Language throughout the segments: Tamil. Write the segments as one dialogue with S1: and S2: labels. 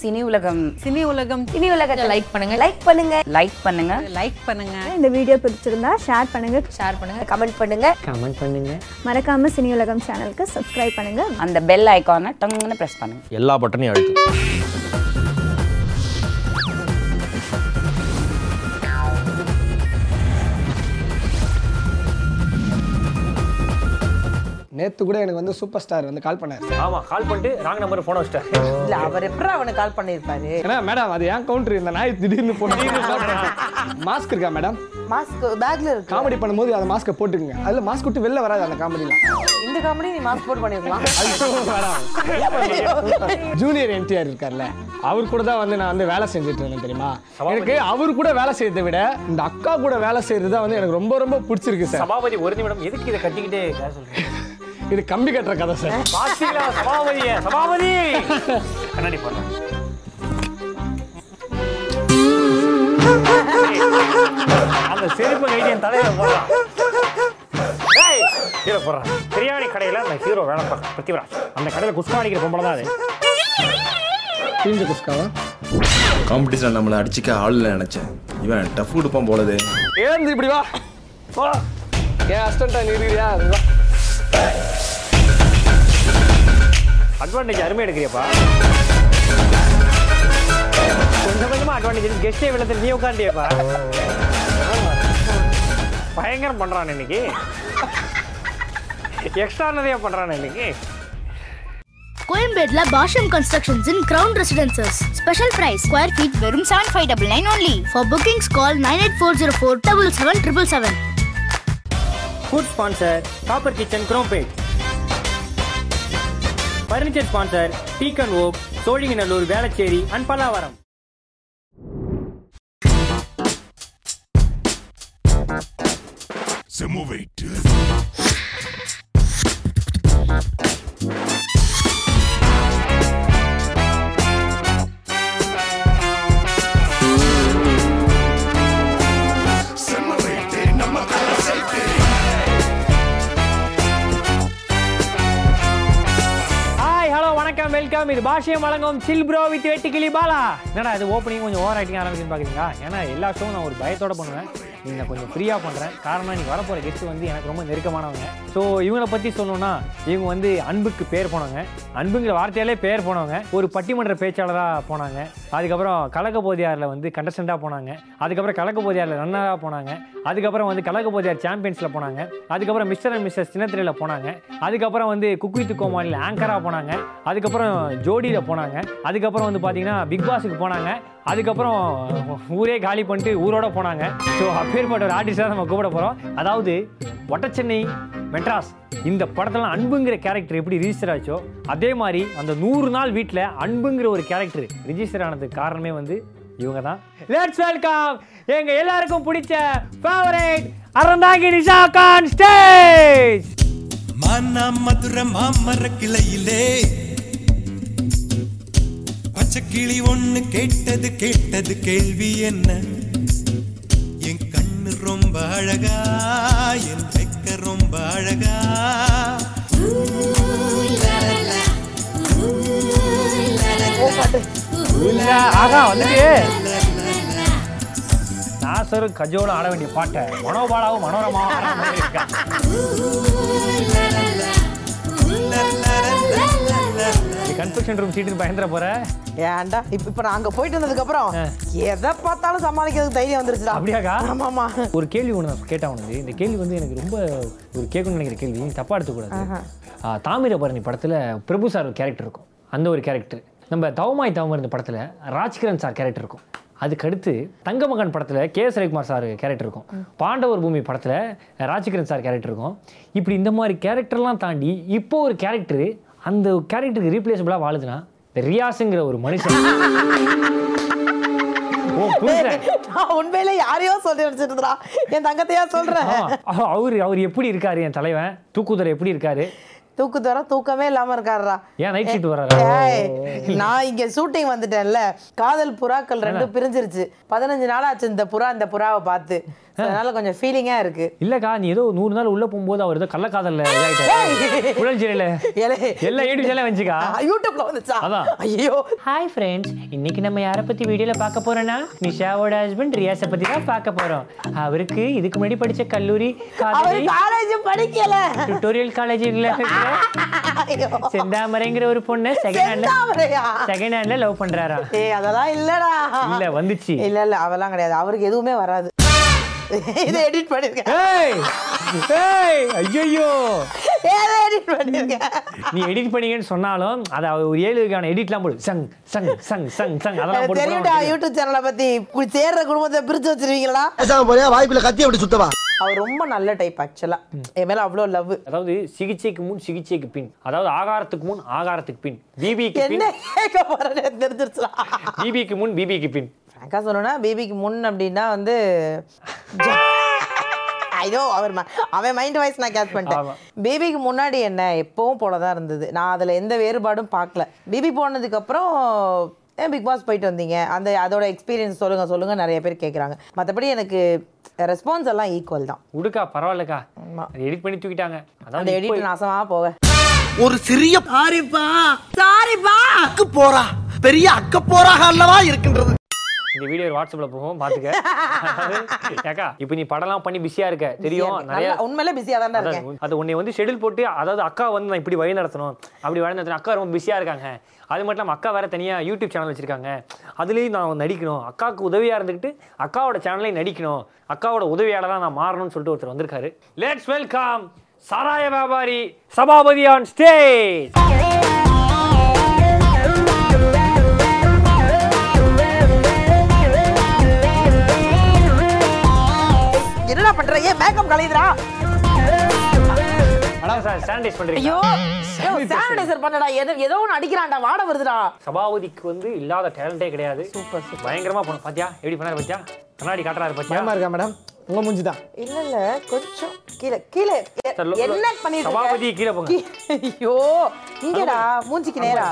S1: சினி உலகம்
S2: சினி உலகம்
S1: சினி உலகத்தை லைக்
S3: லைக் பண்ணுங்க
S1: லைக் பண்ணுங்க லைக் பண்ணுங்க
S2: லைக் பண்ணுங்க
S4: இந்த வீடியோ பிடிச்சிருந்தா ஷேர் பண்ணுங்க
S3: ஷேர் பண்ணுங்க
S1: கமெண்ட் பண்ணுங்க
S5: கமெண்ட் பண்ணுங்கள்
S4: மறக்காம சினி உலகம் சேனலுக்கு சப்ஸ்கிரைப் பண்ணுங்க
S1: அந்த பெல் ஐகானை டங்குன்னு ப்ரெஸ் பண்ணுங்க
S6: எல்லா பட்டனையும் அழுத்து
S7: நேற்று கூட எனக்கு வந்து சூப்பர் ஸ்டார் வந்து கால் பண்ணார்
S8: ஆமா கால் பண்ணிட்டு ராங் நம்பர் போன வச்சிட்டாரு
S9: இல்ல அவர் எப்படி அவனுக்கு கால் பண்ணியிருப்பாரு
S7: ஏன்னா மேடம் அது ஏன் கவுண்டர் இந்த நாய் திடீர்னு போட்டு மாஸ்க் இருக்கா மேடம்
S9: மாஸ்க் பேக்ல இருக்கு
S7: காமெடி பண்ணும்போது அந்த மாஸ்க்கை போட்டுக்குங்க அதில் மாஸ்க் விட்டு வெளில வராது அந்த காமெடிலாம்
S9: இந்த காமெடி நீ மாஸ்க் போட்டு பண்ணிருக்கலாம்
S7: ஜூனியர் என்டிஆர் இருக்கார்ல அவர் கூட தான் வந்து நான் வந்து வேலை செஞ்சுட்டு இருந்தேன் தெரியுமா எனக்கு அவர் கூட வேலை செய்யறதை விட இந்த அக்கா கூட வேலை செய்யறது தான் வந்து எனக்கு ரொம்ப ரொம்ப பிடிச்சிருக்கு சார்
S8: சபாபதி ஒரு நிமிடம் எதுக்கு இதை கட்டிக்கிட்டே கதை சொல்றீங்க
S7: இது கம்பி கட்டுற கதை சார்
S8: பாத்தீங்களா சபாபதிய சபாபதி கண்ணாடி போடுறேன் அந்த செருப்பு கைடி என் தலையில போடுறான் ஏய், கீழே போடுறான் பிரியாணி கடையில அந்த ஹீரோ வேலை பார்க்க பிருத்திவிராஜ் அந்த கடையில குஸ்கா அடிக்கிற பொம்பளை தான் அது
S7: தீஞ்ச குஸ்காவா
S6: காம்படிஷன் நம்மளை அடிச்சுக்க ஆள் இல்லை நினச்சேன் இவன் டஃப் கொடுப்பான் போலதே
S7: ஏந்து இப்படி வா
S8: போ.
S7: ஏன் அஸ்டண்டா நீ இருக்கிறியா அதுதான்
S8: அட்வான்டேஜ் அருமை எடுக்கிறியப்பா கொஞ்சம் கொஞ்சமா அட்வான்டேஜ் கெஸ்டே விழுந்து நீ உட்காண்டியப்பா பயங்கரம் பண்றான் இன்னைக்கு எக்ஸ்ட்ரா நிறைய பண்றான் இன்னைக்கு
S10: கோயம்பேட்ல Bhashyam constructions in ground residences special price square feet வெறும் seven five double nine only for bookings call nine eight four zero four double seven triple seven
S8: food sponsor copper kitchen Chromepet furniture sponsor deacon oak Sholinganallur Velachery and Pallavaram hi hello வணக்கம் வெல்கம் இது பாஷியம் வழங்கும் சில் ப்ரோ வித் வெட்டி கிளி பாலா என்னடா இது ஓப்பனிங் கொஞ்சம் ஓவர் ஆக்டிங் ஆரம்பிச்சுன்னு பார்க்குறீங்களா ஏன்னா எல்லா ஷோவும் நான் ஒரு பயத்தோட பண்ணுவேன் நீங்கள் கொஞ்சம் ஃப்ரீயாக பண்ணுறேன் காரணம் நீங்கள் வரப்போகிற கெஸ்ட் வந்து எனக்கு ரொம்ப நெருக்கமானவங்க ஸோ இவங்கள பற்றி சொல்லணும்னா இவங்க வந்து அன்புக்கு பேர் போனவங்க அன்புங்கிற வார்த்தையாலே பேர் போனவங்க ஒரு பட்டிமன்ற பேச்சாளராக போனாங்க அதுக்கப்புறம் கலக்க போதியாரில் வந்து கண்டஸ்டண்ட்டாக போனாங்க அதுக்கப்புறம் கலக்க போதியாரில் ரன்னராக போனாங்க அதுக்கப்புறம் வந்து கலக்க போதியார் சாம்பியன்ஸில் போனாங்க அதுக்கப்புறம் மிஸ்டர் அண்ட் மிஸ்டர் சின்னத்திரையில் போனாங்க அதுக்கப்புறம் வந்து குக் வித் கோமாளியில் ஆங்கராக போனாங்க அதுக்கப்புறம் ஜோடியில் போனாங்க அதுக்கப்புறம் வந்து பார்த்தீங்கன்னா பிக் பாஸுக்கு போனாங்க அதுக்கப்புறம் ஊரே காலி பண்ணிட்டு ஊரோட போனாங்க ஸோ அப்பேற்பட்ட ஒரு ஆர்டிஸ்டாக நம்ம கூப்பிட போகிறோம் அதாவது ஒட்டச்சென்னை மெட்ராஸ் இந்த படத்துல அன்புங்கிற கேரக்டர் எப்படி ரிஜிஸ்டர் ஆச்சோ அதே மாதிரி அந்த நூறு நாள் வீட்டில் அன்புங்கிற ஒரு கேரக்டர் ரிஜிஸ்டர் ஆனதுக்கு காரணமே வந்து இவங்க தான் லெட்ஸ் வெல்கம் எங்க எல்லாருக்கும் பிடிச்ச ஃபேவரேட் அறந்தாங்கி நிஷா கான் ஸ்டேஜ்
S11: மானா மதுர மாமர கிளையிலே பச்சை கிளி ஒண்ணு கேட்டது கேட்டது கேள்வி என்ன என் கண்ணு ரொம்ப அழகா என் வெக்க ரொம்ப அழகா
S8: இல்ல ஆகா வந்துட்டு நாசரும் கஜோடு ஆட வேண்டிய பாட்டை மனோபாலாவும் மனோரமாவும் ஆட வேண்டியிருக்கா கன்ஸ்ட்ரக்ஷன் ரூம் சீட்டுக்கு பயந்துட போற
S9: ஏன்டா இப்ப இப்ப நான் அங்க போயிட்டு வந்ததுக்கு அப்புறம்
S8: ஆ.
S9: எதை பார்த்தாலும் சமாளிக்கிறதுக்கு தைரியம் வந்துருச்சுடா
S8: அப்படியாக்கா?
S9: ஆமாமா
S8: ஒரு கேள்வி ஒன்று நான் கேட்டா உனக்கு இந்த கேள்வி வந்து எனக்கு ரொம்ப ஒரு கேட்கணும்னு நினைக்கிற கேள்வி நீ தப்பா எடுத்துக்கூடாது ஆ, தாமிரபரணி படத்துல பிரபு சார் ஒரு கேரக்டர் இருக்கும் அந்த ஒரு கேரக்டர் நம்ம தவமாய் தவம் இந்த படத்துல ராஜ்கிரண் சார் கேரக்டர் இருக்கும் அதுக்கடுத்து தங்கமகன் படத்தில் K S Ravikumar sir character இருக்கும் பாண்டவர் பூமி படத்தில் ராஜகிரண் சார் கேரக்டர் இருக்கும் இப்படி இந்த மாதிரி கேரக்டர்லாம் தாண்டி இப்போ ஒரு கேரக்டர் அந்த கேரக்டருக்கு ரீப்ளேஸபிளாக வாழுதுன்னா இந்த ரியாஸுங்கிற ஒரு மனுஷன் ஓ புரியுது
S9: நான் உண்மையில யாரையோ சொல்லி நினைச்சிட்டு இருந்தா என் தங்கத்தையா சொல்றேன்
S8: ஆமா. அவரு அவர் எப்படி இருக்காரு என் தலைவன் தூக்குதர் எப்படி இருக்காரு
S9: தூக்கு தர தூக்கமே இல்லாம இருக்காருடா
S8: ஏன் நைட் ஷிஃப்ட் வர்றாரா?
S9: ஏய், நான் இங்க ஷூட்டிங் வந்துட்டேன்ல காதல் புறாக்கள் ரெண்டும் பிரிஞ்சிருச்சு பதினஞ்சு நாள் ஆச்சு இந்த புறா இந்த புறாவை பார்த்து அதனால கொஞ்சம் ஃபீலிங்கா இருக்கு
S8: இல்லக்கா நீ ஏதோ நூறு நாள் உள்ள போகும்போது அவர் ஏதோ கள்ளக்காதல்ல இதாயிட்டாரு உடல் சிறையில
S9: எலே-
S8: எல்லா யூடியூப் சேனல் வந்துச்சுக்கா
S9: ஆ, யூடியூப்ல வந்துச்சா
S8: அதான்.
S9: ஐயோ
S8: ஹாய் ஃப்ரெண்ட்ஸ் இன்னைக்கு நம்ம யாரை பத்தி வீடியோல பார்க்க போறோம்னா நிஷாவோட ஹஸ்பண்ட் ரியாஸை பத்தி தான் பார்க்க போறோம் அவருக்கு இதுக்கு முன்னாடி படிச்ச கல்லூரி
S9: அவர்
S8: காலேஜ்
S9: காலேஜ் படிக்கல
S8: டுட்டோரியல் காலேஜ்
S9: ஐயோ.
S8: செந்தாமரைங்கிற ஒரு பொண்ணு செகண்ட் ஹேண்ட்ல
S9: செந்தாமரையா?
S8: செகண்ட் ஹேண்ட்ல லவ் பண்றாராம்
S9: ஏய் அதெல்லாம் இல்லடா
S8: இல்ல வந்துச்சு
S9: இல்ல இல்ல அவெல்லாம் கிடையாது அவருக்கு எதுவுமே வராது இதை எடிட் பண்ணிருக்கேன்
S8: ஏய் ஏய் ஐயோ
S9: ஏதோ எடிட் பண்ணிருக்கேன்
S8: நீ எடிட் பண்ணீங்கன்னு சொன்னாலும் அது ஒரு ஏழுக்கான எடிட்லாம் போடு சங் சங் சங் சங் சங் அதெல்லாம்
S9: எனக்கு
S8: போட்டு
S9: தெரியும்டா யூடியூப் சேனலை பத்தி இப்படி சேர்ற குடும்பத்தை பிரிச்சு வச்சிருவீங்களா
S2: வாய்ப்புல கத்தி அப்படி சுத்தவா
S9: அவர் ரொம்ப நல்ல டைப் ஆக்சுவலா என் மேல அவ்வளோ லவ்
S8: அதாவது சிகிச்சைக்கு முன் சிகிச்சைக்கு பின் அதாவது ஆகாரத்துக்கு முன் ஆகாரத்துக்கு பின் பிபிக்கு பின்
S9: என்ன கேட்க போறேன்னு எனக்கு தெரிஞ்சிருச்சுடா
S8: பிபிக்கு முன் பிபிக்கு பின்
S9: அக்கா சொல்லணும்னா பேபிக்கு முன் அப்படின்னா வந்து ஐயோ அவர் ம- அவன் மைண்ட் வாய்ஸ் நான் கேட்ச் பண்ணிட்டேன்
S8: ஆமா.
S9: பேபிக்கு முன்னாடி என்ன எப்பவும் போல தான் இருந்தது நான் அதில் எந்த வேறுபாடும் பார்க்கல பேபி போனதுக்கப்புறம் ஏன் பிக் பாஸ் போயிட்டு வந்தீங்க அந்த அதோட எக்ஸ்பீரியன்ஸ் சொல்லுங்க சொல்லுங்க நிறைய பேர் கேட்குறாங்க மற்றபடி எனக்கு ரெஸ்பான்ஸ் எல்லாம் ஈக்குவல் தான்
S8: உடுக்கா பரவாயில்லக்கா
S9: ஆமா.
S8: அது எடிட் பண்ணி தூக்கிட்டாங்க
S9: அந்த
S8: அதாவது
S9: எடிட்
S8: இப்போ-
S9: நாசமாக போவேன்
S2: ஒரு சிறிய பாரிப்பா சாரிப்பா அக்கு போறா பெரிய அக்க போறாக அல்லவா இருக்கின்றது
S8: இந்த வீடியோ வாட்ஸ்அப்ல போகும் பாத்துக்க அதாவது, ஏக்கா இப்போ நீ படம்லாம் பண்ணி பிஸியா இருக்க தெரியும் நிறைய
S9: நல்லா- உண்மையிலே பிஸியாக தான் இருக்கேன்
S8: அதான், அது உன்னை வந்து ஷெடியூல் போட்டு அதாவது அக்கா வந்து நான் இப்படி வழி நடத்தணும் அப்படி வழி நடத்தணும் அக்கா ரொம்ப பிஸியாக இருக்காங்க அது மட்டும் இல்லாமல் அக்கா வேற தனியாக யூடியூப் சேனல் வச்சிருக்காங்க அதுலேயும் நான் நடிக்கணும் அக்காவுக்கு உதவியாக இருந்துக்கிட்டு அக்காவோட சேனல்லையும் நடிக்கணும் அக்காவோட உதவியாளராக நான் மாறணும்னு சொல்லிட்டு ஒருத்தர் வந்திருக்காரு லெட்ஸ் வெல்கம் சாராய வியாபாரி சபாபதி ஆன் ஸ்டேஜ்
S9: என்னடா பண்ற ஏன் மேக்கப் கலையுதுடா
S8: அதான் சார் சானிடைஸ் பண்ணுறீங்க
S9: ஐயோ சானிடைசர் பண்ணடா ஏதோ ஏதோ ஒன்று அடிக்கிறான்டா வாட வருதுடா
S8: சபாபதிக்கு வந்து இல்லாத டேலண்டே கிடையாது சூப்பர் சூப்பர் பயங்கரமாக போனோம் பாத்தியா எப்படி பண்ணாரு பாத்தியா கண்ணாடி காட்டுறாரு பாத்தியா
S7: பயமா இருக்கா மேடம் உங்க மூஞ்சி தான்
S9: இல்ல இல்ல கொஞ்சம் கீழே கீழே எ-
S8: சார், லோ-
S9: என்ன
S8: லோ-
S9: பண்ணிட்டு
S8: சபாபதி
S9: இருக்க?
S8: கீழே போங்க.
S9: கீ- ஐயோ இங்கடா மூஞ்சிக்கு நேரா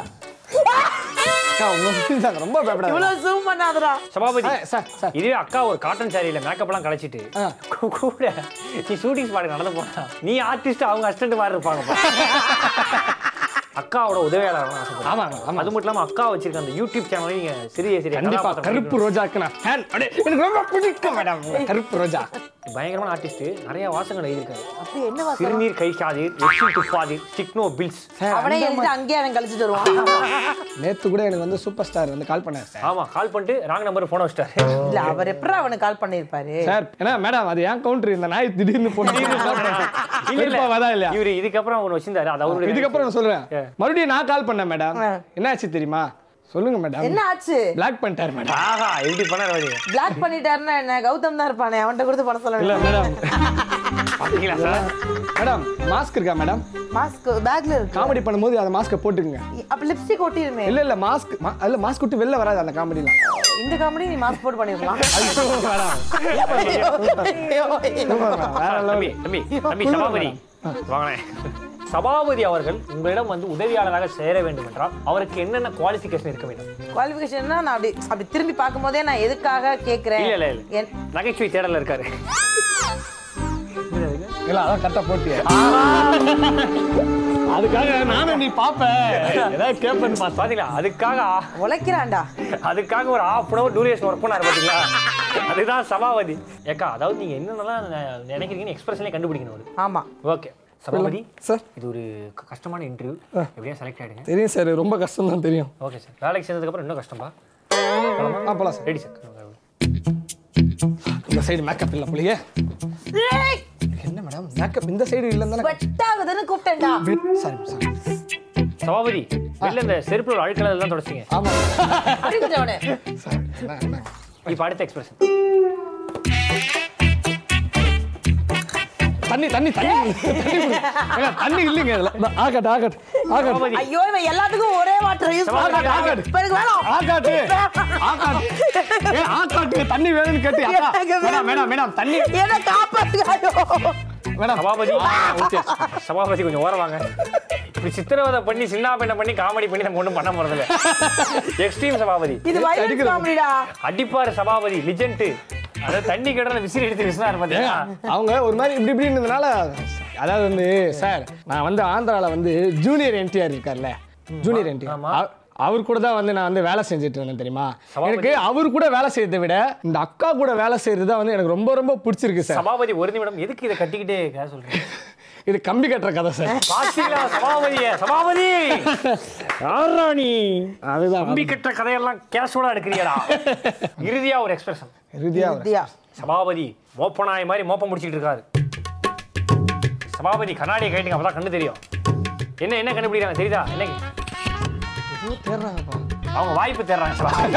S7: உங்க மூஞ்சி தான் ரொம்ப பயப்படாது
S9: இவ்வளவு ஜூம் பண்ணாதடா
S8: சபாபதி
S7: ஆ, சார், சார்.
S8: இதுவே அக்கா ஒரு காட்டன் சாரியில மேக்கப் எல்லாம் கலைச்சிட்டு
S7: ஆ.
S8: கூ- கூட நீ ஷூட்டிங் ஸ்பாட் நடந்து போனா நீ ஆர்டிஸ்ட் அவங்க அசிஸ்டன்ட் மாதிரி இருப்பாங்க பா. அக்காவோட உதவியாளர் ஆமா
S7: ஆமாங்க, ஆமா.
S8: அது மட்டும் இல்லாம அக்கா வச்சிருக்க அந்த யூடியூப் சேனலையும் நீங்க சிறிய சிறிய
S7: கண்டிப்பா
S8: கதாபாத்திரம்
S7: கருப்பு ரோஜாக்கு நான் ஃபேன் அப்படியே எனக்கு ரொம்ப பிடிக்கும் மேடம் கருப்பு ரோஜா
S8: பண்ணிருக்கணும். பயங்கரமான ஆர்டிஸ்ட் நிறைய வாசகங்கள் எழுதியிருக்காரு
S9: அப்படி என்ன வாசம்
S8: சிறுநீர் கை சாதீர் எச்சில் துப்பாதீர் சிக்னோ பில்ஸ்
S9: அவனே எழுதி அங்கேயே அவன் கழிச்சிட்டு வருவான்
S7: நேத்து கூட எனக்கு வந்து சூப்பர் ஸ்டார் வந்து கால் பண்ணார் சார்
S8: ஆமா கால் பண்ணிட்டு ராங் நம்பர் போன வச்சிட்டாரு
S9: இல்ல அவர் எப்படி அவனுக்கு கால் பண்ணிருப்பாரு
S7: சார் ஏன்னா மேடம் அது ஏன் கவுண்டர் இந்த நாய் திடீர்னு போட்டு
S8: இல்ல இல்ல
S7: வரா இல்லையா
S8: இவரு இதுக்கப்புறம் அவங்க வச்சிருந்தாரு அது அவருடைய
S7: இதுக்கப்புறம் நான் சொல்றேன்
S8: ஏ.
S7: மறுபடியும் நான் கால் பண்ணேன் மேடம்
S9: ஆ. என்னாச்சு
S7: என்னாச்சு தெரியுமா சொல்லுங்க மேடம்
S9: என்ன ஆச்சு
S7: பிளாக் பண்ணிட்டாரு மேடம்
S8: ஆஹா எப்படி பண்ணாரு
S9: பிளாக் பண்ணிட்டாருன்னா என்ன கௌதம் தான் இருப்பானே அவன்கிட்ட கொடுத்து பணம்
S7: இல்ல
S9: சொல்லணும்
S7: மேடம்
S8: பாத்தீங்களா சார்
S7: மேடம் மாஸ்க் இருக்கா மேடம்
S9: மாஸ்க் பேக்ல இருக்கு
S7: காமெடி பண்ணும்போது அந்த மாஸ்க்கை போட்டுக்குங்க
S9: அப்ப லிப்ஸ்டிக் ஒட்டிருமே
S7: இல்ல இல்ல மாஸ்க் அதுல மாஸ்க் விட்டு வெளில வராது அந்த காமெடிலாம்
S9: இந்த காமெடி நீ மாஸ்க் போட்டு பண்ணிருக்கலாம்
S7: வேற
S8: தம்பி
S7: லெவல்
S8: தம்பி தம்பி சபாபதி வாங்களேன் சபாபதி அவர்கள் உங்களிடம் வந்து உதவியாளராக சேர வேண்டும் என்றால் அவருக்கு என்னென்ன குவாலிஃபிகேஷன் இருக்க வேண்டும்
S9: குவாலிஃபிகேஷன்னா நான் அப்படி அப்படி திரும்பி பார்க்கும்போதே நான் எதுக்காக கேட்குறேன்
S8: இல்ல இல்ல இல்ல நகைச்சுவை தேடல இருக்காரு
S7: இல்ல அதான் கரெக்டா போட்டியா அதுக்காக நானும் நீ பாப்பேன்
S8: ஏதாவது கேப்பன் பாத்தீங்களா அதுக்காக ஆ-
S9: உழைக்கிறான்டா
S8: அதுக்காக ஒரு half an hour duration work பண்ணாரு பாத்தீங்களா அதுதான் சபாபதி ஏக்கா அதாவது நீங்க என்னென்னலாம் நெ- நினைக்கிறீங்கன்னு எக்ஸ்பிரஷன்லேயே கண்டுபிடிக்கணும் அவரு
S9: ஆமா
S8: ஓகே சபாபதி
S7: சார்
S8: இது ஒரு க- கஷ்டமான இன்டர்வியூ எப்படியா செலக்ட் ஆயிடுங்க
S7: தெரியும் சார் ரொம்ப கஷ்டம் தான் தெரியும்
S8: ஓகே சார் வேலைக்கு சேர்ந்ததுக்கப்புறம் இன்னும் கஷ்டம்பா
S7: அப்பலாம் சார்
S8: ரெடி சார்
S7: இந்த சைடு மேக்கப் இல்ல போலியே என்ன மேடம் மேக்கப் இந்த சைடு இல்லன்னு தானே
S9: ஸ்வெட் ஆகுதுன்னு கூப்பிட்டேன்டா
S7: சாரி சாரி
S8: சபாபதி வெளில இந்த செருப்புல அழுக்கலாம் தான் தொடச்சிங்க
S7: ஆமா
S9: அப்படி கொஞ்சம் அவனே.
S7: சாரி என்ன- என்ன?
S8: இப்போ அடுத்த எக்ஸ்பிரஷன்
S7: தண்ணி தண்ணி தண்ணி தண்ணி குடி. ஏங்க, தண்ணி இல்லைங்க இதுல இந்த ஆகாட்டு ஆகாட்டு ஆகாட்டு
S8: சபாபதி
S9: ஐயோ இவன் எல்லாத்துக்கும் ஒரே வாட்டர் யூஸ்
S8: சமாளி,
S9: பண்றான்
S7: ஆகாது.
S9: இப்ப எனக்கு வேணாம்
S7: ஆகாட்டு ஆகாட்டு ஏ ஆகாட்டு தண்ணி வேணும்னு கேட்டு அக்கா,
S9: எனக்கு
S7: மேடம் மேடம் மேடம் தண்ணி
S9: என்ன காப்பாத்துக்காயோ
S7: மேடம்
S8: சபாபதி ஓகே. சபாபதி கொஞ்சம் ஓரம் வாங்க இப்படி சித்திரவதை பண்ணி சின்ன பண்ணி காமெடி பண்ணி நம்ம ஒன்றும் பண்ண போறதில்ல எக்ஸ்ட்ரீம் சபாபதி
S9: இது
S7: அடிக்கிறது.
S9: வயலன்ஸ் காமெடிடா
S8: அடிப்பார் சபாபதி லிஜெண்ட் அதாவது தண்ணி கடல விசிறி எடுத்து விசினா
S7: ஏங்க,
S8: இருப்பாங்க
S7: அவங்க ஒரு மாதிரி இப்படி இப்படின்றதுனால அதாவது வந்து சார் நான் வந்து ஆந்திரால வந்து ஜூனியர் என்டிஆர் இருக்கார்ல ஜூனியர் என்டிஆர்
S8: ஆமா.
S7: அவர் கூட தான் வந்து நான் வந்து வேலை செஞ்சுட்டு இருந்தேன் தெரியுமா எனக்கு அவர் கூட வேலை செய்யறதை விட இந்த அக்கா கூட வேலை செய்யறது தான் வந்து எனக்கு ரொம்ப ரொம்ப பிடிச்சிருக்கு சார்
S8: சபாபதி ஒரு நிமிடம் எதுக்கு இதை கட்டிக்கிட்டே கதை சொல்றீங்க
S7: இது கம்பி கட்டுற கதை சார்
S8: பாத்தீங்களா சபாபதிய சபாபதி ஆராணி
S7: அதுதான்
S8: கம்பி கட்ட கதையெல்லாம் கேஷோட எடுக்கிறீடா இறுதியா ஒரு எக்ஸ்பிரஷன்
S7: இறுதியா அவர்.
S9: வித்யா
S8: சபாபதி மோப்பனாய் மாதிரி மோப்பம் முடிச்சிட்டு இருக்காரு சபாபதி கண்ணாடியை கேட்டுங்க அப்பதான் கண்ணு தெரியும் என்ன என்ன கண்டுபிடிக்கிறாங்க தெரியுதா என்ன அவங்க வாய்ப்பு தேடுறாங்க சபாபதி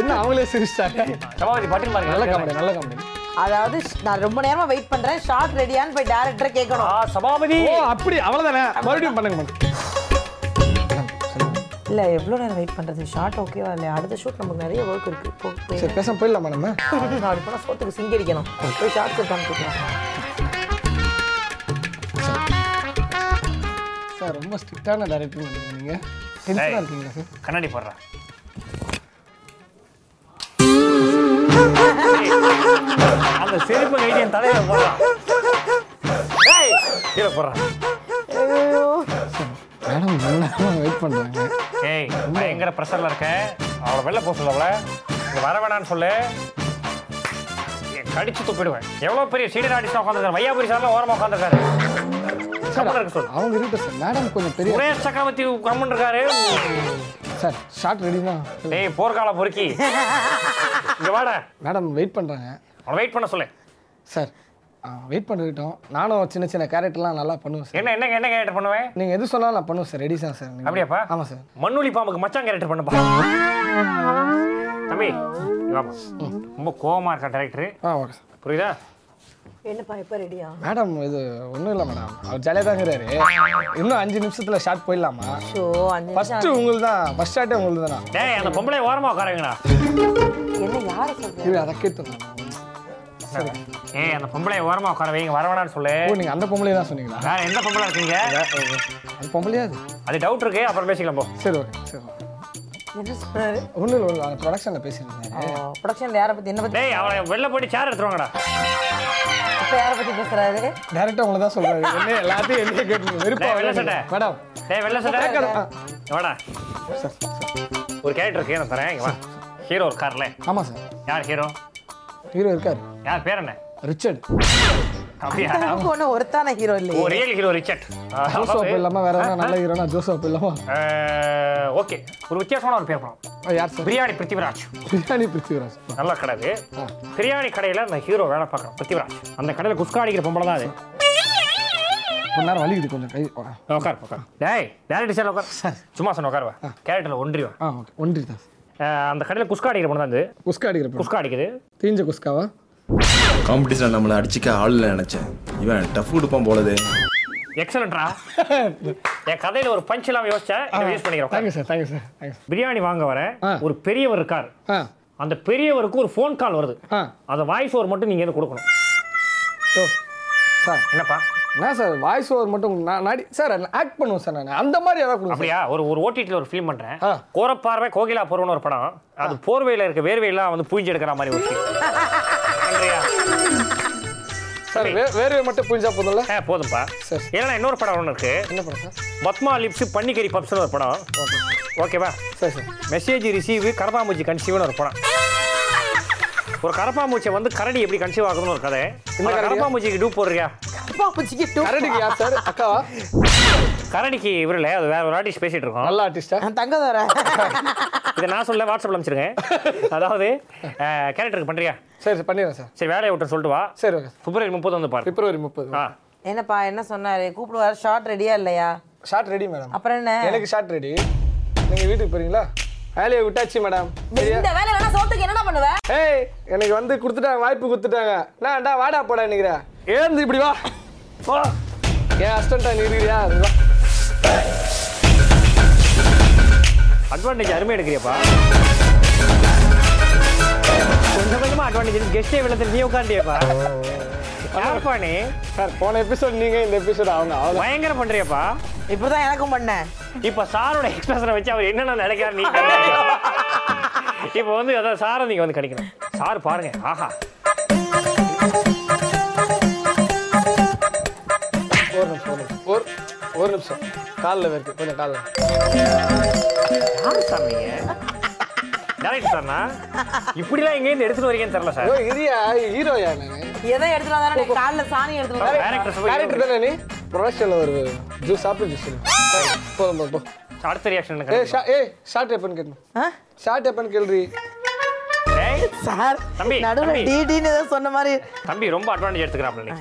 S7: என்ன அவங்களே சிரிச்சிட்டாங்க
S8: சபாபதி பட்டுன்னு
S7: நல்ல
S8: பாருங்க
S7: காமெடி நல்ல காமெடி
S9: அதாவது ஷ்- நான் ரொம்ப நேரமா வெயிட் பண்றேன் ஷார்ட் ரெடியான்னு போய் டேரக்டர்
S8: ஆ,
S9: கேட்கணும்
S8: சபாபதி
S7: ஓ அப்படி அவ்வளவுதானே மறுபடியும் பண்ணுங்க மேடம்
S9: இல்ல எவ்வளவு நேரம் வெயிட் பண்றது ஷார்ட் ஓகேவா இல்லையா அடுத்த ஷூட் நமக்கு நிறைய ஒர்க் இருக்கு போ, போய்
S7: சரி பேசாம போயிடலாம் மேடம்
S9: நாலு போனா சோத்துக்கு சிங்கடிக்கணும் போய் ஷார்ட்ஸ் இருக்கான்னு கேட்கணும்
S7: சார் ரொம்ப ஸ்ட்ரிக்டான டேரக்டர் நீங்க டென்ஷனாக இருக்கீங்களா சார்
S8: கண்ணாடி போடுறேன் அந்த செருப்பு கைடி என் தலையில போடுறான் ஏய், கீழே போடுறான்
S7: மேடம் ரொம்ப நேரமாக வெயிட் பண்ணுறாங்க
S8: ஏய் பயங்கர ப்ரெஷர்ல இருக்க அவளை வெளில போக சொல்ல அவளை இங்க வர வேணாம்னு சொல்லு ஏய், கடிச்சு துப்பிடுவேன் எவ்வளவு பெரிய சீனியர் ஆர்டிஸ்ட் உட்காந்துருக்காரு வையாபுரி சார்லாம் ஓரமா உட்காந்துருக்காரு கம்முன்னு இருக்க சொல்லு
S7: அவங்க இருக்க சார் மேடம் கொஞ்சம் பெரிய
S8: சுரேஷ் சக்கரவர்த்தி கம்மன் இருக்காரு
S7: சார் ஷார்ட் ரெடினா
S8: டேய் போர்க்கால பொறுக்கி இங்க வாடா
S7: மேடம் வெயிட் பண்ணுறாங்க
S8: அவனை வெயிட் பண்ண சொல்லு
S7: சார் வெயிட் பண்ணிக்கிட்டோம் நானும் சின்ன சின்ன கேரக்டர்லாம் நல்லா பண்ணுவேன் சார்
S8: என்ன என்ன என்ன கேரக்டர் பண்ணுவேன்
S7: நீங்கள் எது சொன்னாலும் நான் பண்ணுவேன் சார் ரெடி தான் சார் நீங்க.
S8: அப்படியாப்பா
S7: ஆமாம் சார்
S8: மண்ணுளி பாம்புக்கு மச்சான் கேரக்டர் பண்ணுப்பா தம்பி இங்க வாப்பா. ரொம்ப கோவமா இருக்க டேரக்டர்
S7: ஆ ஓகே சார்
S8: புரியுதா
S9: என்னப்பா எப்ப ரெடியா
S7: மேடம் இது ஒன்றும் இல்லை மேடம் அவர் ஜாலியாக தான் இருக்கிறாரு இன்னும் அஞ்சு நிமிஷத்தில் ஷார்ட் போயிடலாமா
S9: ஷோ அஞ்சு நிமிஷம்
S7: ஃபஸ்ட்டு உங்களுக்கு தான் ஃபஸ்ட் ஷார்ட்டே உங்களுக்கு தானா
S8: டேய் அந்த பொம்பளை ஓரமா உட்காருங்கடா
S9: என்ன யார சொல்றேன்
S7: இது அதை கேட்டுருந்தேன்
S8: ஏய் அந்த பொம்பளை ஓரமா உட்கார வைங்க வரவேணான்னு சொல்லு
S7: ஓ நீங்கள் அந்த பொம்பளையே தான் சொன்னீங்களா
S8: வேற எந்த பொம்பளை இருக்கீங்க
S7: அது பொம்பளையா அது
S8: அது டவுட் இருக்கு அப்புறம் பேசிக்கலாம் போ
S7: சரி ஓகே சரி
S9: என்ன சொல்றாரு
S7: ஒன்றும் இல்லை ஒன்றும் ப்ரொடக்ஷனில் பேசியிருந்தேன்
S9: ப்ரொடக்ஷன்ல யார பத்தி என்ன பத்தி
S8: டேய் அவளை வெளில போயிட்டு சேர் எடுத்துருவாங்கடா
S9: இப்ப யார பத்தி பேசுறாரு
S7: டேரெக்டாக உங்களை தான் சொல்கிறாரு என்ன எல்லாத்தையும் என்ன கேட்டு வெறுப்பா
S8: டேய், வெள்ளை சட்டை.
S7: மேடம்
S8: டேய் வெள்ள சட்டை
S7: கேட்கல.
S8: இங்க வாடா ஒரு கேரக்டர் இருக்கு நான் தரேன் இங்க வா ஹீரோ இருக்கார்ல
S7: ஆமாம் சார்
S8: யார் ஹீரோ
S7: ஹீரோ இருக்கார்
S8: யார் பேர் என்ன
S7: ரிச்சர்ட்
S8: அப்படியா
S9: நமக்கு ஒண்ணு ஒருத்தான ஹீரோ
S8: ஒரு
S9: இல்லையே
S8: ரியல் ஹீரோ ரிச்சர்ட்
S7: ஜோசப் இல்லாமல் வேற எதனா நல்ல ஹீரோனா ஜோசப் இல்லாமல்
S8: ஓகே ஒரு வித்தியாசமான ஒரு பேர் படம்
S7: யார் சார்
S8: பிரியாணி பிருத்திவிராஜ்
S7: பிரியாணி பிருத்திவிராஜ்
S8: நல்லா கடை அது பிரியாணி கடையில் அந்த ஹீரோ வேலை பார்க்குறான் பிருத்திவிராஜ் அந்த கடையில் குஸ்கா அடிக்கிற பொம்பளை தான் அது
S7: கொஞ்ச நேரம் வலிக்குது கொஞ்சம் கை ஆ,
S8: உட்கார் உட்கார் டேய் டேரக்டர் சார் உட்கார் சும்மா சொன்ன உட்காருவா கேரக்டரில் ஒன்றிவா
S7: ஆ ஓகே ஒன்றி தான் சார்
S8: அந்த கடையில் குஸ்கா அடிக்கிற பொண்ணு தான் அது
S7: குஸ்கா அடிக்கிற படம்
S8: குஸ்கா அடிக்குது
S7: தீஞ்ச குஸ்காவா
S6: காம்படிஷனில் நம்மளை அடிச்சிக்க ஆள் இல்லை நினச்சேன் இவன் டஃப் கொடுப்பான் போலதே
S8: எக்ஸலண்ட்ரா என் கதையில் ஒரு பஞ்ச் இல்லாமல் யோசிச்சேன் இதை யூஸ் பண்ணிக்கிறேன்
S7: thank you sir thank you sir thank you sir
S8: biryani வாங்க வரேன்
S7: ஆ.
S8: ஒரு பெரியவர் இருக்கார்
S7: ஆ
S8: அந்த பெரியவருக்கு ஒரு ஃபோன் கால் வருது
S7: ஆ.
S8: அந்த வாய்ஸ் ஓவர் மட்டும் நீங்கள் கொடுக்கணும்
S7: ஓ சார்
S8: என்னப்பா
S7: என்ன சார் வாய்ஸ் ஓவர் மட்டும் நான் நடி சார் ஆக்ட் பண்ணுவேன் சார் நான் அந்த மாதிரி ஏதாவது கொடுங்க
S8: அப்படியா ஒரு ஒரு ஓடிடியில் ஒரு ஃபிலிம் பண்ணுறேன்
S7: ஆ.
S8: கோரப்பார்வை கோகிலா போர்வன்னு ஒரு படம் அது போர்வையில் இருக்க வேர்வையெல்லாம் வந்து புழிஞ்சு எடுக்கிற மாதிரி ஒரு film. நன்றியா?
S7: சார் வே வேறு மட்டும் புரிஞ்சா போதும்ல
S8: ஆ போதும்ப்பா
S7: சரி.
S8: ஏன்னா இன்னொரு படம் ஒன்று இருக்கு
S7: என்ன படம் சார்
S8: பத்மா லிப்ஸ் பன்னிக்கறி பப்ஸ்னு ஒரு படம் ஓகேவா
S7: சரி சார்
S8: மெசேஜ் ரிசீவ் கரப்பாம்பூச்சி கன்சீவ்னு ஒரு படம் ஒரு கரப்பாம்பூச்சை வந்து கரடி எப்படி கன்சீவ் ஆகுதுன்னு ஒரு கதை
S7: இந்த
S8: அந்த
S7: கரடியா?
S8: கரப்பாம்பூச்சிக்கு டூப் போடுறியா
S9: பாப்புச்சிக்கு டூ
S7: கரடிக்கு யார் சார் அக்காவா
S8: கரடிக்கு இவரில் அது வேற ஒரு ஆர்டிஸ்ட் பேசிட்டு இருக்கோம்
S7: நல்ல ஆர்டிஸ்டா
S9: தங்கதோர
S8: இதை நான் சொல்ல வாட்ஸ்அப்ல அனுப்பிச்சிருங்க அதாவது கேரக்டருக்கு பண்றியா
S7: சரி சார் பண்ணிடுறேன் சார்
S8: சரி வேலையை விட்டு சொல்லிட்டு வா
S7: சரி ஓகே
S8: பிப்ரவரி முப்பது வந்து பாரு
S7: பிப்ரவரி முப்பது
S8: ஆ
S9: என்னப்பா என்ன சொன்னாரு கூப்பிடுவாரு ஷார்ட் ரெடியா இல்லையா
S7: ஷார்ட் ரெடி மேடம்
S9: அப்புறம் என்ன
S7: எனக்கு ஷார்ட் ரெடி நீங்கள் வீட்டுக்கு போறீங்களா வேலையை விட்டாச்சு மேடம் சரியா
S9: இந்த வேலை வேணா சோத்துக்கு என்னடா பண்ணுவ
S7: ஏய் எனக்கு வந்து கொடுத்துட்டாங்க வாய்ப்பு கொடுத்துட்டாங்க நான்டா வாடா போடா நினைக்கிறேன் எழுந்து இப்படி வா வா ஏன் அஸ்டண்டா நீ இருக்கிறியா அது வா.
S8: அட்வான்டேஜ் அருமை எடுக்கிறியாப்பா கொஞ்சம் கொஞ்சமா அட்வான்டேஜ் கெஸ்டே விழுந்து நீ உட்காண்டியப்பா யாருப்பா நீ
S7: சார் போன எபிசோட் நீங்கள் இந்த எபிசோட் அவங்க அவ்வளோ
S8: பயங்கரம் பண்றியாப்பா
S9: இப்படிதான் எனக்கும் பண்ணேன்
S8: இப்ப சாரோட எக்ஸ்பிரஷனை வச்சு அவர் என்னென்ன நினைக்கிறார் நீ இப்ப வந்து அதான் சாரை நீங்க வந்து கிடைக்கணும் சார் பாருங்க ஆஹா
S7: ஒரு நிமிஷம் ஒரு நிமிஷம். ஒரு ஒரு நிமிஷம் காலில் இருக்கு கொஞ்சம் காலில்
S8: யார் சார் நீங்க டேரக்டர் சார்னா இப்படிலாம் எங்கேருந்து எடுத்துட்டு வரீங்கன்னு தெரியல சார்
S7: ஓ இரியா ஹீரோயா நான்
S9: எதை எடுத்துட்டு வந்தாலும் காலில் சாணி எடுத்துட்டு வந்தா-
S8: டேரக்டர்
S7: கேரக்டர்
S8: சார்
S7: தானே நீ ப்ரொடக்ஷனில் ஒரு ஜூஸ் ஆப்பிள் ஜூஸ் போதும் போதும் போ
S8: அடுத்த ரியாக்ஷன்
S7: ஏ
S8: எனக்கு
S7: ஷா ஏ ஷார்ட் எப்பன்னு கேட்கணும்
S9: ஆ?
S7: ஷார்ட் எப்பன்னு கேள்வி
S8: டேய்,
S9: சார்
S8: தம்பி,
S9: நடுவில்
S8: தம்பி.
S9: டிடின்னு ஏதோ சொன்ன மாதிரி
S8: தம்பி ரொம்ப அட்வான்டேஜ் எடுத்துக்கிறாப்ல நீ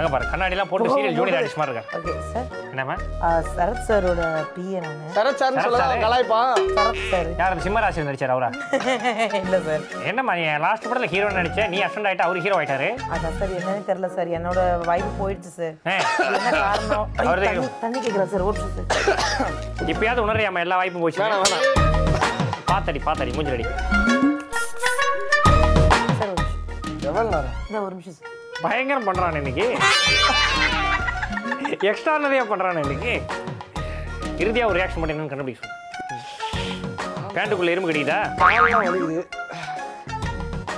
S8: அங்க பாரு கண்ணாடி எல்லாம் போட்டு சீரியல் ஜூனியர் ஆர்டிஸ்ட் மாதிரி இருக்காரு
S9: ஓகே சார்
S8: என்னமா
S9: ஆ, சரத் சாரோட பிஏ நானு
S7: சரத் சார்னு சொல்ல
S8: சரத் sir.
S7: கலாய்ப்பான்
S9: சரத் சார்
S8: யார் அந்த சிம்மராசியில் நடிச்சார் அவரா
S9: இல்ல சார்
S8: என்னம்மா நீ லாஸ்ட் படத்துல ஹீரோன்னு நினைச்ச நீ அசண்ட் ஆயிட்ட அவர் ஹீரோ ஆயிட்டாரு
S9: அதான் சார் என்னன்னு தெரியல சார் என்னோட வாய்ப்பு போயிடுச்சு சார்
S8: ஏ,
S9: என்ன காரணம் ஐ,
S8: அவர்தான்
S9: தண்ணி- தண்ணி கேட்குறா சார் ஓட்டு சார்
S8: இப்பயாவது உணர்றியாமா எல்லா வாய்ப்பும் போச்சு
S7: வேணாம் வேணாம்
S8: பாத்தடி பாத்தடி மூஞ்சடி
S9: சார் ஒரு நிமிஷம்
S7: எவ்வளோ நேரம்
S9: இந்த ஒரு நிமிஷம் சார்
S8: பயங்கரம் பண்றான் இன்னைக்கு எக்ஸ்ட்ரா நிறைய பண்றான் இன்னைக்கு இறுதியா ஒரு ரியாக்ஷன் பண்ணி கண்டுபிடிக்க சொல்லு. பேண்ட்டுக்குள்ள இரும்பு கிடைக்குதா
S7: காலெல்லாம் வலிக்குது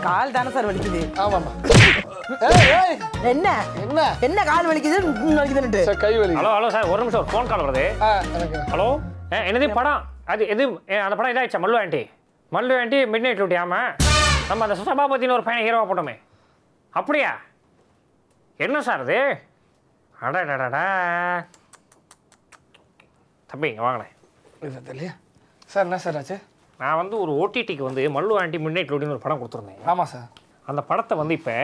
S9: கால் தானே சார் வலிக்குது
S7: ஆமாம்மா ஏய் ஏய்
S9: என்ன
S7: என்ன
S9: என்ன கால் வலிக்குது ம், வலிக்குதுன்னுட்டு
S7: சார் கை வலி
S8: ஹலோ ஹலோ சார் ஒரு நிமிஷம் ஒரு ஃபோன் கால் வருது
S7: ஆ எனக்கு
S8: ஹலோ ஏ, என்னது படம் அது எது ஏ, அந்த படம் இதாகிடுச்சா Mallu aunty Mallu aunty midnight duty ஆமாம் நம்ம அந்த சுசபாபத்தின்னு ஒரு பையனை ஹீரோவாக போட்டோமே அப்படியா என்ன சார் அது அடடடடா தம்பி இங்க வாங்களேன்
S7: இல்லை தெரியலையா சார் என்ன சார் ஆச்சு
S8: நான் வந்து ஒரு ஓடிடிக்கு வந்து மல்லு ஆண்டி மிட் நைட் டியூட்டின்னு ஒரு படம் கொடுத்துருந்தேன்
S7: ஆமாம் சார்
S8: அந்த படத்தை வந்து இப்போ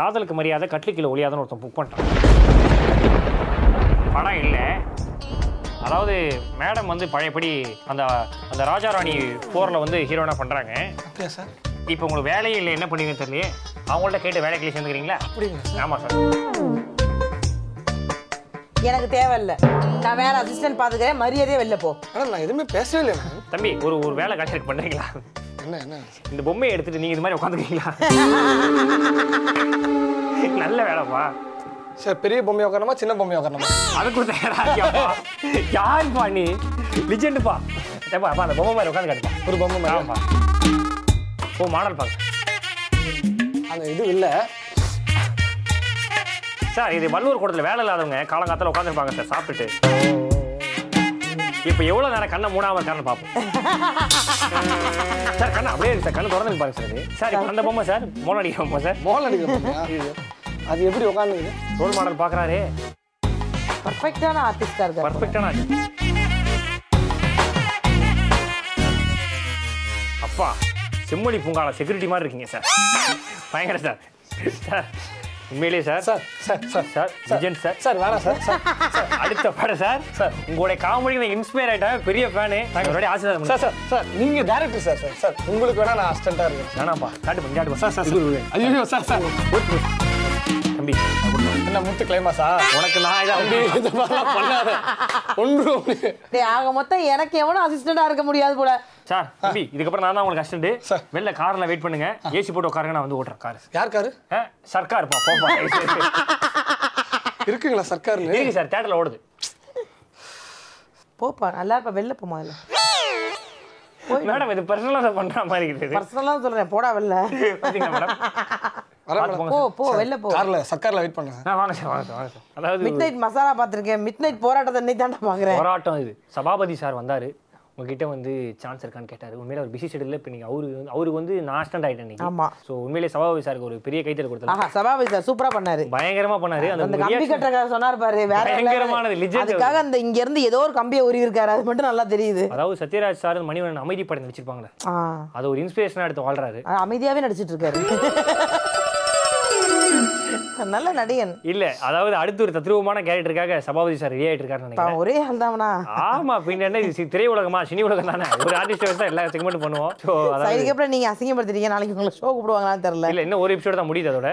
S8: காதலுக்கு மரியாதை கட்லிக்கில ஒளியாதுன்னு ஒருத்தன் புக் பண்ணிட்டான் படம் இல்லை அதாவது மேடம் வந்து பழையபடி அந்த அந்த ராஜா ராணி போரில் வந்து ஹீரோனா பண்ணுறாங்க
S7: அப்படியா சார்
S8: இப்போ உங்களுக்கு வேலையே இல்லை என்ன பண்ணுவீங்கன்னு தெரியல அவங்கள்ட்ட கேட்டு வேலைக்கு சேர்ந்துக்கிறீங்களா
S7: அப்படிங்களா
S8: ஆமாம் சார்
S9: எனக்கு தேவையில்ல நான் வேற அசிஸ்டன்ட் பாத்துக்கிறேன் மரியாதையே வெளில போ
S7: மேடம் நான் எதுவுமே பேசவே இல்லை மேடம்
S8: தம்பி ஒரு ஒரு வேலை கட்சிக்கு பண்ணுறீங்களா
S7: என்ன என்ன
S8: இந்த பொம்மையை எடுத்துட்டு நீங்கள் இது மாதிரி உட்காந்துக்கிறீங்களா நல்ல வேலைப்பா
S7: சார் பெரிய பொம்மை உட்காரணுமா சின்ன பொம்மை உட்காரணுமா
S8: அதுக்கு தயாராகியாப்பா யாருப்பா நீ லிஜெண்டுப்பா ஏப்பா அப்பா அந்த பொம்மை மாதிரி உட்காந்து காட்டுப்பா
S7: ஒரு பொம்மை மேடம்
S8: ஆமாப்பா ஓ மாடல் பார்க்க
S7: அந்த இது இல்லை
S8: சார் இது வல்லூர் கூடத்தில் வேலை இல்லாதவங்க காலங்காத்தில் உட்காந்துருப்பாங்க சார் சாப்பிட்டு இப்போ எவ்வளோ நேரம் கண்ணை மூடாம இருக்கான்னு பார்ப்போம் சார் கண்ணை அப்படியே இருக்கு சார் கண்ணு திறந்து பாருங்க சார் இது. சார் இப்போ அந்த பொம்மை சார் மோனடி பொம்மை சார்
S7: மோகன் அடிக்கிற பொம்மையா ஐயோ. அது எப்படி உட்காந்துக்குது
S8: ரோல் மாடல் பார்க்குறாரு
S9: பர்ஃபெக்டான ஆர்டிஸ்டா இருக்காரு
S8: பர்ஃபெக்டான அப்பா செம்மொழி பூங்கால செக்யூரிட்டி மாதிரி இருக்கீங்க சார் பயங்கர சார் சார் உண்மையிலேயே sir
S7: sir sir sir
S8: sir legend sir
S7: sir வேணாம் சார் சார்
S8: அடுத்த படம் சார் சார் உங்களுடைய காமெடிக்கு நான் இன்ஸ்பயர் ஆயிட்டேன் பெரிய ஃபேனு நாங்கள் உங்களுடைய ஆசீர்வாதம்
S7: சார் சார் சார் நீங்கள் டேரக்டர் சார் சார் சார் உங்களுக்கு வேணா நான் அசிஸ்டண்ட்டாக இருக்கேன்
S8: வேணாப்பா காட்டு பண்ணி காட்டு சார் சார்
S7: ஐயோ சார் சார்
S8: தம்பி
S7: என்ன முத்து கிளைமா சார்
S8: உனக்கு நான் இதாக
S7: இந்த மாதிரிலாம் பண்ணாத ஒன்று ஒன்று
S9: டேய், ஆக மொத்தம் எனக்கு எவனும் அசிஸ்டண்டா இருக்க முடியாது போல
S8: சார் தம்பி இதுக்கப்புறம் நான் தான் உங்களுக்கு
S7: Sir.
S8: அசிஸ்டன்ட் வெளில காரில் வெயிட் பண்ணுங்க ஏசி போட்டு உட்காருங்க நான் வந்து ஓட்டுறேன் கார்
S7: யார் காரு
S8: சர்க்கார்ப்பா போப்பா
S7: இருக்குங்களா சர்க்கார்னு
S8: இருக்கு சார் தேட்டரில் ஓடுது
S9: போப்பா நல்லா இருப்பா வெளில போ முதல்ல
S8: மேடம் இது பர்சனலாக பண்ணுற மாதிரி இருக்குது
S9: பர்சனலா சொல்றேன் போடா வெளில
S8: பார்த்தீங்களா மேடம்
S7: வரேன்
S8: பார்த்து
S7: மேடம்
S9: போ
S8: போங்க
S9: போ வெளில போ
S7: காரில் சர்க்காரில் வெயிட் பண்ணுறேன்
S8: சார். ஆ, வாங்க சார் வாங்க சார் வாங்க சார் அதாவது
S9: மிட் நைட் மசாலா பாத்திருக்கேன் மிட் நைட் போராட்டத்தை இன்னைக்கு தாண்டா பாக்குறேன்
S8: போராட்டம் இது சபாபதி சார் வந்தாரு உங்ககிட்ட வந்து சான்ஸ் இருக்கான்னு கேட்டாரு உண்மையில ஒரு பிஸி ஷெடியூல்ல இப்போ நீங்கள் அவரு வந்து- அவருக்கு வந்து நான் ஆக்சிடென்ட் ஆயிட்டேன் இன்னைக்கு
S9: ஆமா.
S8: ஸோ உண்மையிலே சபாபதி சாருக்கு ஒரு பெரிய கைத்தல் கொடுத்தாரு
S9: ஆஹா சபாபதி சார் சூப்பரா பண்ணாரு
S8: பயங்கரமா பண்ணாரு அந்த
S9: அந்த
S8: உங்க
S9: கம்பி
S8: reaction-
S9: கட்டுற சொன்னார் பாரு வேற level.
S8: பயங்கரமானது, legend
S9: அதுக்காக அந்த இங்க இருந்து ஏதோ ஒரு கம்பியை உருவி இருக்காரு அது மட்டும் நல்லா தெரியுது
S8: அதாவது சத்யராஜ் சார் மணிவண்ணன் அமைதி படம் நடிச்சிருப்பாங்களே
S9: ஆ,
S8: அது ஒரு இன்ஸ்பிரேஷனா எடுத்து வாழ்றாரு
S9: ஆ, அமைதியாவே நடிச்சிட்டு இருக்காரு நல்ல நடிகன்
S8: இல்ல அதாவது அடுத்து ஒரு தத்ரூபமான கேரக்டருக்காக சபாபதி சார் ரெடி ஆயிட்டு இருக்காருன்னு நினைக்கிறேன்
S9: பாவம், ஒரே ஆள் தானா
S8: ஆமா பின்ன என்ன இது சி- திரையுலகமா சினி உலகம் தானே ஒரு ஆர்டிஸ்ட் வச்சு தான் எல்லா செக்மெண்ட் பண்ணுவோம் ஸோ அதாவது
S9: சைடுக்கு அப்புறம் நீங்க அசிங்கப்படுத்திட்டீங்க நாளைக்கு உங்களை ஷோ கூப்பிடுவாங்களான்னு தெரியல
S8: இல்ல இன்னும் ஒரு எபிசோடு தான் முடியுது அதோட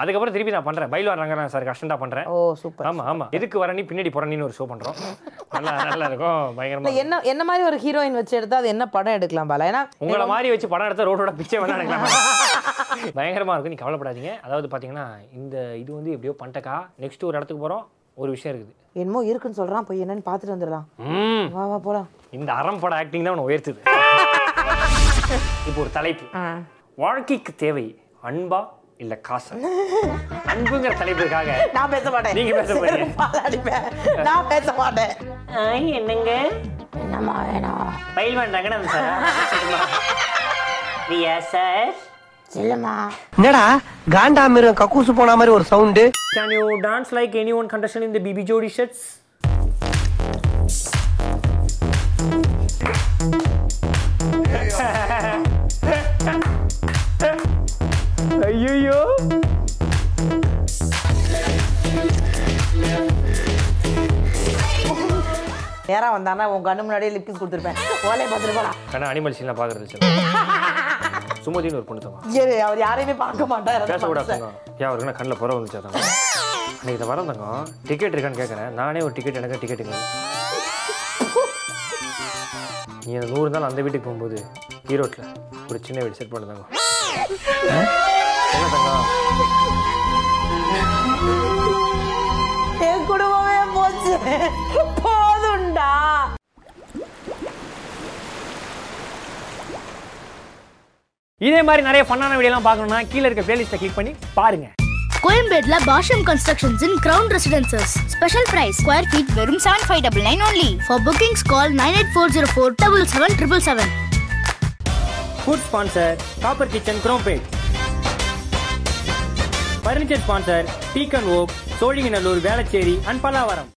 S8: அதுக்கப்புறம் திருப்பி நான் பண்றேன் பயில்வார் ரங்கராஜ் சார் கஷ்டம் தான் பண்றேன்
S9: ஓ சூப்பர்
S8: ஆமா ஆமா எதுக்கு வரணும் பின்னாடி புறணின்னு ஒரு ஷோ பண்றோம் நல்லா நல்லா இருக்கும்
S9: இல்ல
S8: பயங்கரமா
S9: என்ன என்ன மாதிரி ஒரு ஹீரோயின் வச்சு எடுத்தா அது என்ன படம் எடுக்கலாம் பாலா ஏன்னா
S8: உங்களை மாதிரி வச்சு படம் எடுத்த ரோடோட பிச்சை வேணா எடுக்கலாம் பயங்கரமா இருக்கும் நீ கவலைப்படாதீங்க அதாவது பாத்தீங்கன்னா இந்த இது வந்து எப்படியோ பண்ணிட்டக்கா நெக்ஸ்ட் ஒரு இடத்துக்கு போறோம் ஒரு விஷயம் இருக்குது
S9: என்னமோ இருக்குன்னு சொல்றான் போய் என்னன்னு பாத்துட்டு வந்துடலாம்
S8: ம்
S9: வா வா போலாம்
S8: இந்த அறம் பட ஆக்டிங் தான் உன்னை உயர்த்துது இப்போ ஒரு தலைப்பு
S9: ஆ.
S8: வாழ்க்கைக்கு தேவை அன்பா இல்ல காசா அன்புங்கிற தலைப்புக்காக
S9: நான் பேச மாட்டேன்
S8: நீங்க பேச போறீங்க.
S9: செருப்பால அடிப்பேன். நான் பேச மாட்டேன்
S8: என்னங்க
S9: என்னம்மா வேணும்
S8: பயில் பண்றாங்கன்னு அந்த சார் பிரியா சார்
S9: சொல்லுமா
S2: என்னடா காண்டா மிருகம் கக்கூசு போன மாதிரி ஒரு sound
S8: can you dance like any one contestant இந்த பிபி ஜோடி ஷர்ட்ஸ் ஐயோ
S9: நேரா வந்தானா உன் கண்ணு முன்னாடியே லிப்கிஸ் கொடுத்துருப்பேன் ஓலையை பார்த்துட்டு போலாம்
S8: கண்ணா அனிமல் சீன்லாம் பார்க்குறது சுமதின்னு ஒரு பொண்ணு தங்க
S9: ஏறு, அவர் யாரையுமே பார்க்க மாட்டார் அந்த
S8: பேசக்கூடாது
S9: மனுஷன்.
S8: ஏன் அவருக்கு கண்ணில் புற வந்துச்சு தங்க அன்னைக்கு இதை வரோம் தங்க டிக்கெட் இருக்கான்னு கேட்குறேன் நானே ஒரு டிக்கெட் எனக்கு டிக்கெட் இல்லை நீ அந்த நூறு நாள் அந்த வீட்டுக்கு போகும்போது ஈரோட்டில் ஒரு சின்ன வீடு செட் பண்ணுதாங்க
S9: என் குடும்பமே போச்சு போதும்டா
S8: இதே மாதிரி நிறைய ஃபன்னான வீடியோலாம் பார்க்கணும்னா கீழே இருக்க பிளேலிஸ்ட்டை கிளிக் பண்ணி பாருங்க
S10: கோயம்பேட்ல Bhashyam constructions in crown residences special price square feet வெறும் seven five double nine only for bookings call nine eight four zero four double seven triple seven
S8: food sponsor copper kitchen Chromepet furniture sponsor deacon oak Sholinganallur Velachery and Pallavaram